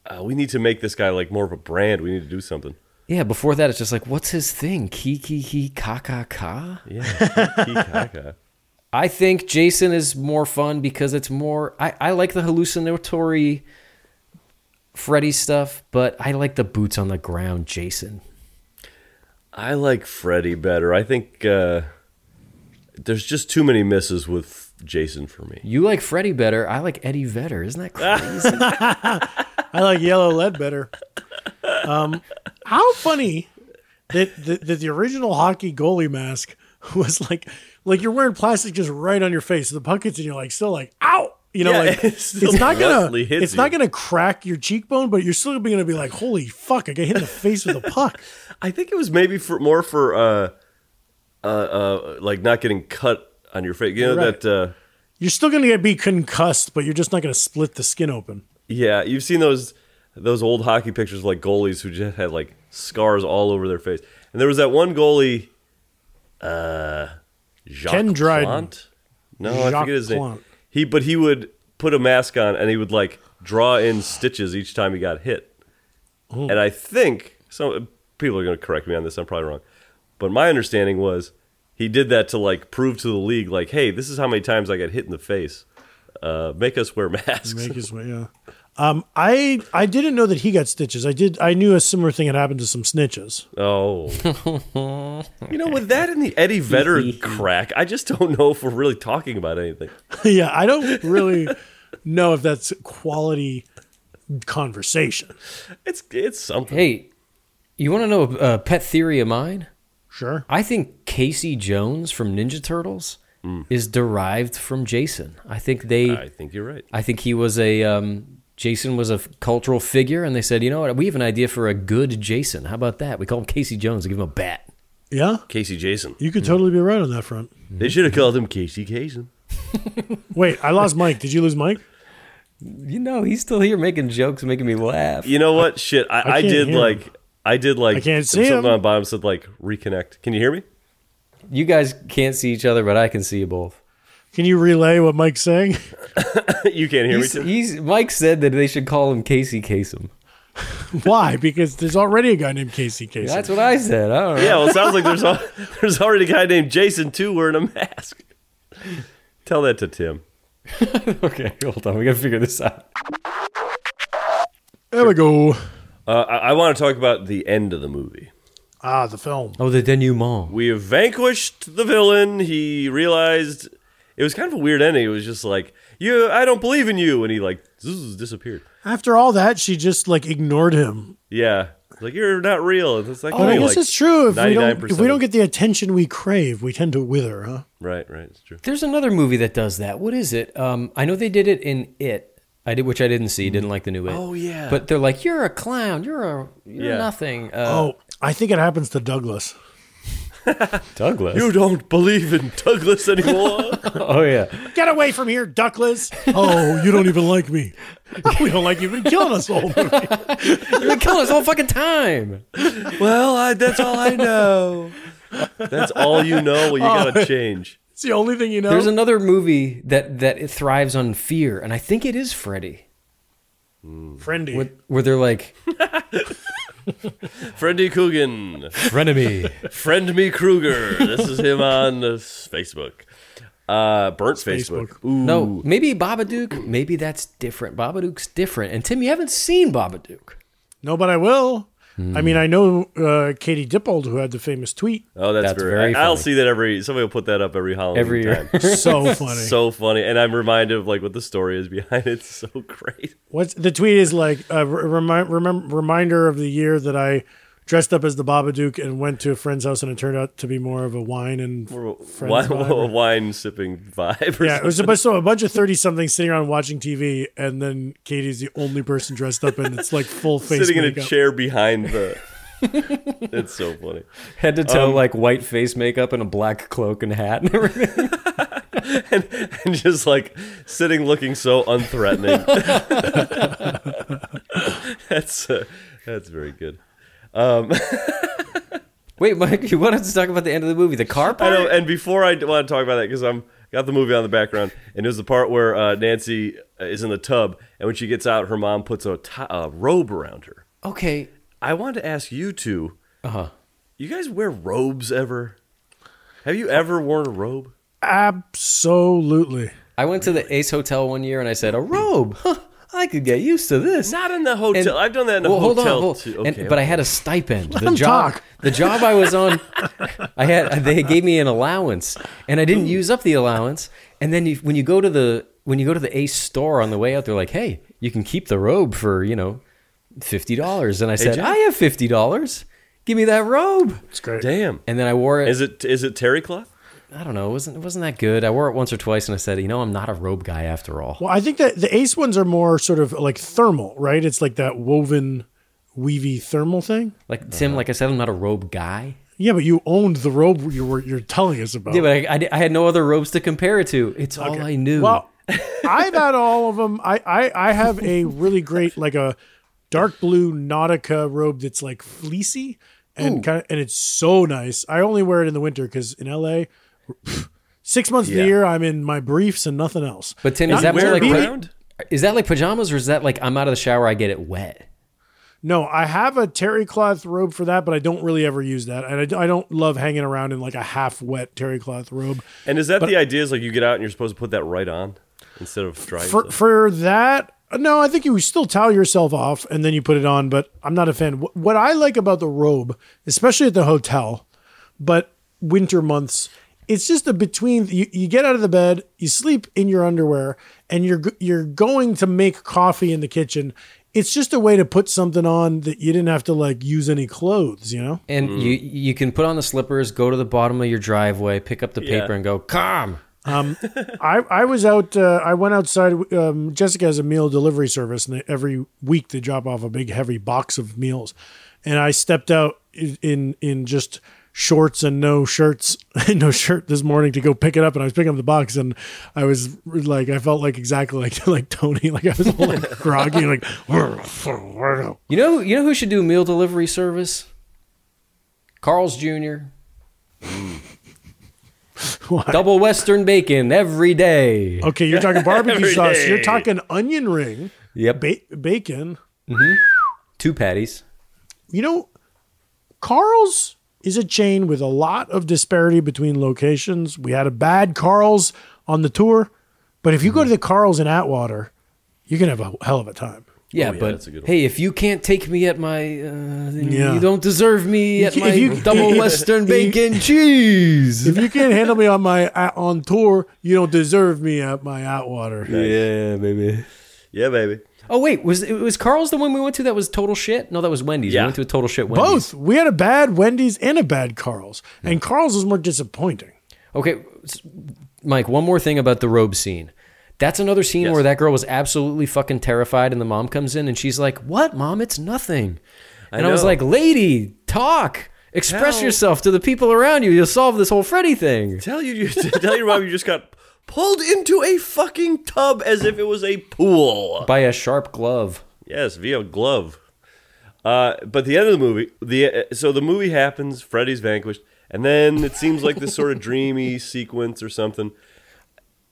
uh, we need to make this guy like more of a brand. We need to do something. Yeah, before that, it's just like, what's his thing? Ki ki ki ka ka ka. He caca. I think Jason is more fun because it's more. I, I like the hallucinatory Freddy stuff, but I like the boots on the ground Jason. I like Freddy better. I think uh, there's just too many misses with Jason for me. You like Freddy better. I like Eddie Vedder. Isn't that crazy? I like yellow lead better. Um, how funny that, that that the original hockey goalie mask was like like you're wearing plastic just right on your face, the puck hits and you're like still like ow, you know, Yeah, like it it's, still not gonna bluntly hits it's not you. gonna crack your cheekbone, but you're still gonna be like holy fuck, I got hit in the face with a puck. I think it was maybe for more for uh, uh, uh, like not getting cut on your face. You know Right. that. Uh, You're still gonna get be concussed, but you're just not gonna split the skin open. Yeah, you've seen those those old hockey pictures like goalies who just had like scars all over their face. And there was that one goalie, uh, Jacques Ken Dryden. Plante? No, I Jacques forget his name. Plante. He but he would put a mask on and he would like draw in stitches each time he got hit. Oh. And I think some people are going to correct me on this. I'm probably wrong, but my understanding was he did that to like prove to the league like, hey, this is how many times I got hit in the face. Uh, make us wear masks. Make his way, yeah. Um, I I didn't know that he got stitches. I did. I knew a similar thing had happened to some snitches. Oh. you know, with that and the Eddie Vedder crack, I just don't know if we're really talking about anything. yeah, I don't really know if that's quality conversation. It's it's something. hey, you want to know a, a pet theory of mine? Sure. I think Casey Jones from Ninja Turtles is derived from Jason. I think they. I think you're right. I think he was a um, Jason was a f- cultural figure, and they said, you know what? We have an idea for a good Jason. How about that? We call him Casey Jones and give him a bat. Yeah, Casey Jason. you could totally be right on that front. They should have called him Casey Jason. Wait, I lost Mike. Did you lose Mike? You know, he's still here making jokes, making me laugh. You know what? Shit, I, I, can't did hear like I did like I can't see something him. on the bottom said like reconnect. Can you hear me? You guys can't see each other, but I can see you both. Can you relay what Mike's saying? you can't hear He's, me too. he's Mike said that they should call him Casey Kasem. Why? Because there's already a guy named Casey Casey. That's what I said. I don't know. Yeah, well, it sounds like there's al- there's already a guy named Jason too wearing a mask. Tell that to Tim. Okay, hold on. We got to figure this out. there we go. Uh, I, I want to talk about the end of the movie. Ah, the film. Oh, the denouement. We have vanquished the villain. He realized it was kind of a weird ending. It was just like you. I don't believe in you, and he like zzz, disappeared. After all that, she just like ignored him. Yeah, like you're not real. And It's like But Oh, I only, guess like, it's true. If we, don't, if 99% we don't get the attention we crave, we tend to wither, huh? right, right, it's true. There's another movie that does that. What is it? Um, I know they did it in It. I did, which I didn't see. Didn't like the new It. Oh, yeah. But they're like, you're a clown. You're a you're Yeah. nothing. Uh, Oh, I think it happens to Douglas. Douglas. You don't believe in Douglas anymore. oh yeah. Get away from here, Douglas. oh, you don't even like me. we don't like you. You've been killing us all. You've been killing us all fucking time. well, I, that's all I know. Oh. That's all you know. Well, you gotta change. it's the only thing you know. There's another movie that that it thrives on fear, and I think it is Freddy, friendly. where, where they're like, Freddy Coogan, frenemy. friend me Kruger. This is him on uh, Facebook. Uh, burnt Facebook. Facebook. Ooh. No, maybe Babadook. Maybe that's different. Babadook's different. And Tim, you haven't seen Babadook. no, but I will. I mean, I know uh, Katie Dippold, who had the famous tweet. Oh, that's, That's very. very I, will funny. see that every. Somebody will put that up every Halloween Every year. time. So funny. so funny, and I'm reminded of like what the story is behind it. It's so great. What's the tweet is like a remind, remem reminder of the year that I dressed up as the Babadook and went to a friend's house, and it turned out to be more of a wine and friends Wine, vibe. wine sipping vibe. or Yeah, it was a bunch, so a bunch of thirty somethings sitting around watching TV, and then Katie's the only person dressed up, and it's like full face sitting in a makeup. chair behind the. it's so funny. Head to toe, like white face makeup and a black cloak and hat and everything. and just like sitting looking so unthreatening. that's uh, that's very good. Wait, Mike, you wanted to talk about the end of the movie, the car I part? know. And before I want to talk about that, because I'm got the movie on the background, and it was the part where uh, Nancy is in the tub, and when she gets out, her mom puts a, ti- a robe around her. okay. I wanted to ask you two: Uh huh. you guys wear robes ever? Have you ever worn a robe? Absolutely. I went to the Ace Hotel one year and I said, a robe. Huh, I could get used to this. Not in the hotel. I've done that in a Well, hold on, hotel hold- too. and- Okay, but I had a stipend. the him job, talk. the job I was on, I had they gave me an allowance, and I didn't use up the allowance. And then you, when you go to the when you go to the Ace store on the way out, they're like, "Hey, you can keep the robe for you know fifty dollars." And I said, Jeff. "I have fifty dollars. Give me that robe." It's great. damn. And then I wore it. Is it is it terry cloth? I don't know. It wasn't it wasn't that good. I wore it once or twice, and I said, "You know, I'm not a robe guy after all." Well, I think that the Ace ones are more sort of like thermal, right? It's like that woven, weavy thermal thing. Like Tim, like I said, I'm not a robe guy. Yeah, but you owned the robe you were you're telling us about. Yeah, but I, I, di- I had no other robes to compare it to. It's all I knew. Well, I've had all of them. I, I I have a really great like a dark blue Nautica robe that's like fleecy and kind of and it's so nice. I only wear it in the winter because in LA. Six months of Yeah. the year, I'm in my briefs and nothing else. But Tim, is that more wear like it pa- around? is that like pajamas or is that like I'm out of the shower, I get it wet? No, I have a terry cloth robe for that, but I don't really ever use that, and I d- I, don't love hanging around in like a half wet terry cloth robe. And is that the idea? Is like you get out and you're supposed to put that right on instead of drying. For for that, no, I think you still towel yourself off and then you put it on. But I'm not a fan. Wh- What I like about the robe, especially at the hotel, but winter months, it's just a between. You, you get out of the bed, you sleep in your underwear, and you're g- you're going to make coffee in the kitchen. It's just a way to put something on that you didn't have to like use any clothes, you know. And you you can put on the slippers, go to the bottom of your driveway, pick up the Yeah. paper and go, "Come." I, I was out. Uh, I went outside. Um, Jessica has a meal delivery service, and they, every week they drop off a big, heavy box of meals. And I stepped out i- in in just shorts and no shirts and no shirt this morning to go pick it up. And I was picking up the box, and I was like, I felt like exactly like like Tony, like I was all like groggy, like You know, you know who should do meal delivery service? Carl's Jr. What? Double Western bacon every day. okay, you're talking barbecue Every sauce, you're day. talking onion ring, Yep. ba- bacon. Two patties. You know, Carl's is a chain with a lot of disparity between locations. We had a bad Carl's on the tour, but if you go to the Carl's in Atwater, you're gonna have a hell of a time. Yeah, Oh, yeah, that's a good but one. hey, if you can't take me at my, uh, then Yeah. you don't deserve me at ca- my if you- double Western bacon cheese. If you can't handle me on my at- on tour, you don't deserve me at my Atwater. Yeah, baby. Yeah, baby. Oh wait, was it was Carl's the one we went to that was total shit? No, that was Wendy's. Yeah. We went to a total shit Wendy's. Both. We had a bad Wendy's and a bad Carl's, and Carl's was more disappointing. Okay, s- Mike. One more thing about the robe scene. That's another scene Yes. where that girl was absolutely fucking terrified, and the mom comes in and she's like, "What, mom? It's nothing." And I, was know. like, "Lady, talk, express Tell- yourself to the people around you. You'll solve this whole Freddy thing." Tell you, you tell your mom you just got pulled into a fucking tub as if it was a pool. By a sharp glove. Yes, via glove. Uh, but the end of the movie, the uh, so the movie happens. Freddy's vanquished, and then it seems like this sort of dreamy sequence or something.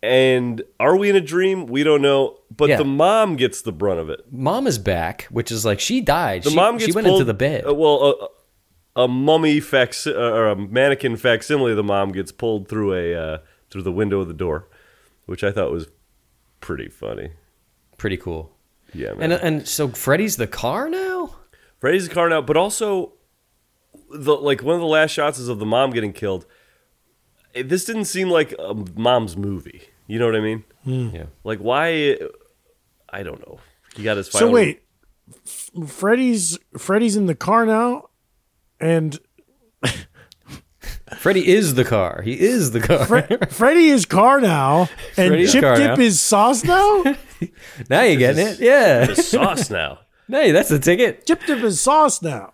And are we in a dream? We don't know. But Yeah. the mom gets the brunt of it. Mom is back, which is like she died. The she, mom gets she went pulled, into the bed. uh, well, a, a mummy facsi- or a mannequin facsimile of the mom gets pulled through a uh, through the window of the door, which I thought was pretty funny. Pretty cool. Yeah, man. And uh, and so Freddy's the car now. Freddy's the car now, but also the like one of the last shots is of the mom getting killed. It- This didn't seem like a mom's movie. You know what I mean? Yeah. Like why? I don't know. He got his. So final- wait, F- Freddy's Freddy's in the car now, and Freddy is the car. He is the car. Fre- Freddy is car now, and Freddy's Chip car Dip now. is sauce now. now you're getting it. Yeah. the sauce now. Hey, that's the ticket. Chip Dip is sauce now.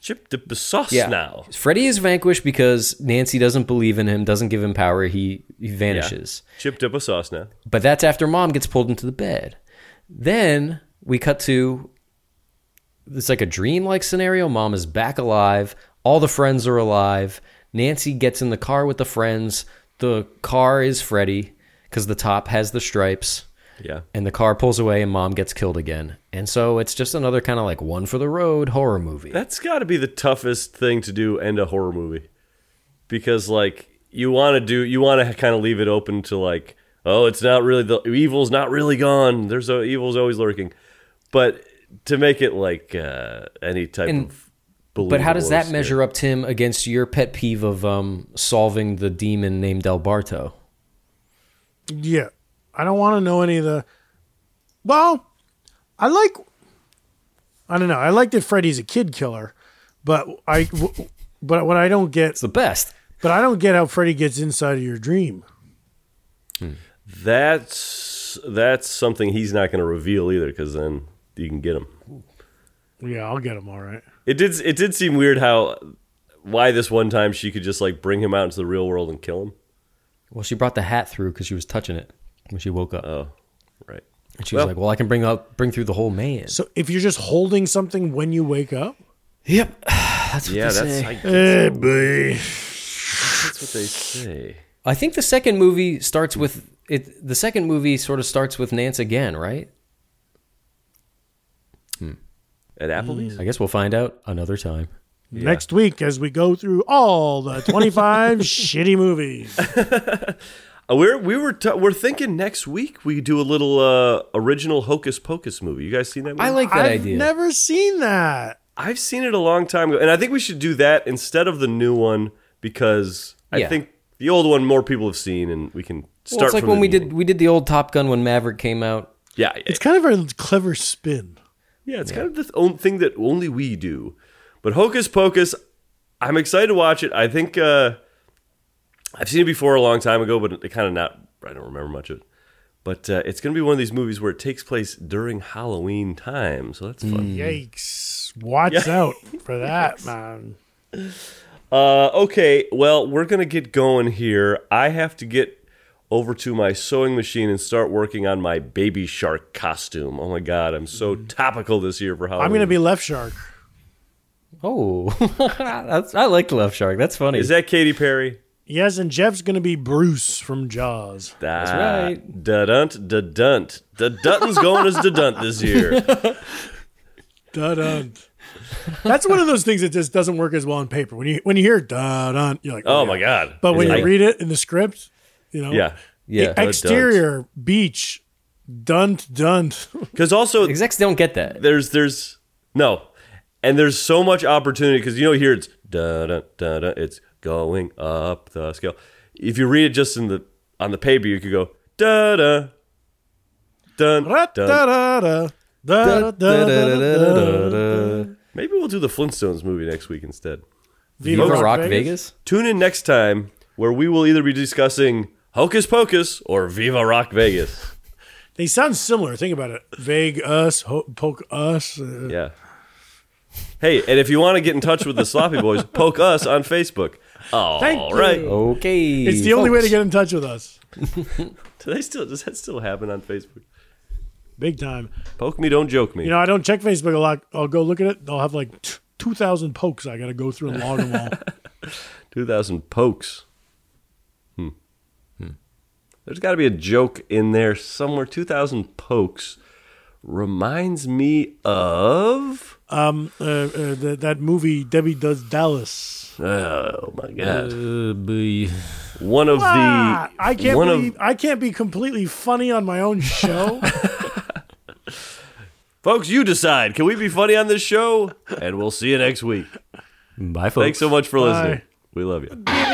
Chip dip the sauce now. Freddy is vanquished because Nancy doesn't believe in him, doesn't give him power. He, he vanishes. Chip dip a sauce now. But that's after mom gets pulled into the bed. Then we cut to it's like a dream like scenario. Mom is back alive. All the friends are alive. Nancy gets in the car with the friends. The car is Freddy because the top has the stripes. Yeah. And the car pulls away and mom gets killed again. And so it's just another kind of like one for the road horror movie. That's got to be the toughest thing to do end a horror movie, because like you want to do, you want to kind of leave it open to like, oh, it's not really the evil's not really gone. There's a evil's always lurking, but to make it like uh, any type And- of. But how does believable that scare. measure up, Tim, against your pet peeve of um, solving the demon named El Barto? Yeah. I don't want to know any of the. Well, I like. I don't know. I like that Freddy's a kid killer, but I. W- but what I don't It's get, the best. but I don't get how Freddy gets inside of your dream. That's that's something he's not going to reveal either, because then you can get him. Yeah, I'll get him all right. It did. It did seem weird how why this one time she could just like bring him out into the real world and kill him. Well, she brought the hat through because she was touching it when she woke up, Oh, right. and she was well- like, "Well, I can bring up, bring through the whole man." So if you're just holding something when you wake up, yep, that's what Yeah, they that's say. I, eh, boy. That's what they say. I think the second movie starts with it. The second movie sort of starts with Nance again, right? At Applebee's? I guess we'll find out another time. next week as we go through all the 25 shitty movies. Uh, we're we were t- we're thinking next week we do a little uh, original Hocus Pocus movie. You guys seen that? Movie? I like that I've idea. never seen that. I've seen it a long time ago, and I think we should do that instead of the new one because Yeah. I think the old one more people have seen, and we can start. well, it's like from when the we new did one. we did the old Top Gun when Maverick came out. Yeah, It's kind of a clever spin. yeah. It's kind of the th- own thing that only we do. But Hocus Pocus, I'm excited to watch it. I think uh, I've seen it before a long time ago, but it kind of not. I don't remember much of it. But uh, it's going to be one of these movies where it takes place during Halloween time, so that's fun. Yikes. Watch out for that, man. Uh, okay, well, we're going to get going here. I have to get over to my sewing machine and start working on my baby shark costume. Oh my god, I'm so topical this year for Halloween. Mm. I'm going to be Left Shark. Oh, that's, I like Love Shark. That's funny. Is that Katy Perry? Yes, and Jeff's going to be Bruce from Jaws. That's right. Da dunt, da dunt. Da Dutton's going as da dunt this year. da dun. That's one of those things that just doesn't work as well on paper. When you when you hear da dun, you're like, Oh yeah. my god! But when I- you read it in the script, you know, yeah, the Yeah. Oh, I- exterior beach, dunt dunt. because also Execs don't get that. there's there's no, and there's so much opportunity because you know here it's da da da da. It's going up the scale. If you read it just in the on the paper, you could go da da dun Da dun. da da da da da da. Maybe we'll do the Flintstones movie next week instead. Viva Rock Vegas? Tune in next time where we will either be discussing Hocus Pocus or Viva Rock Vegas. They sound similar. Think about it. Vague us, ho- poke us. uh, Yeah. Hey, and if you want to get in touch with the Sloppy Boys, poke us on Facebook. All right. Thank you. Okay. It's the only way to folks. get in touch with us. Do they still does that still happen on Facebook? Big time. Poke me, don't joke me. You know, I don't check Facebook a lot. I'll go look at it. They'll have like t- 2,000 pokes I got to go through and log them all. Two thousand pokes. Hmm. Hmm. There's got to be a joke in there somewhere. Two thousand pokes reminds me of. Um, uh, uh, th- that movie, Debbie Does Dallas. Oh my god! Uh, boy. one of Ah, the I can't one of- believe I can't be completely funny on my own show. Folks, you decide. Can we be funny on this show? And we'll see you next week. Bye, folks. Thanks so much for listening. Bye. We love you.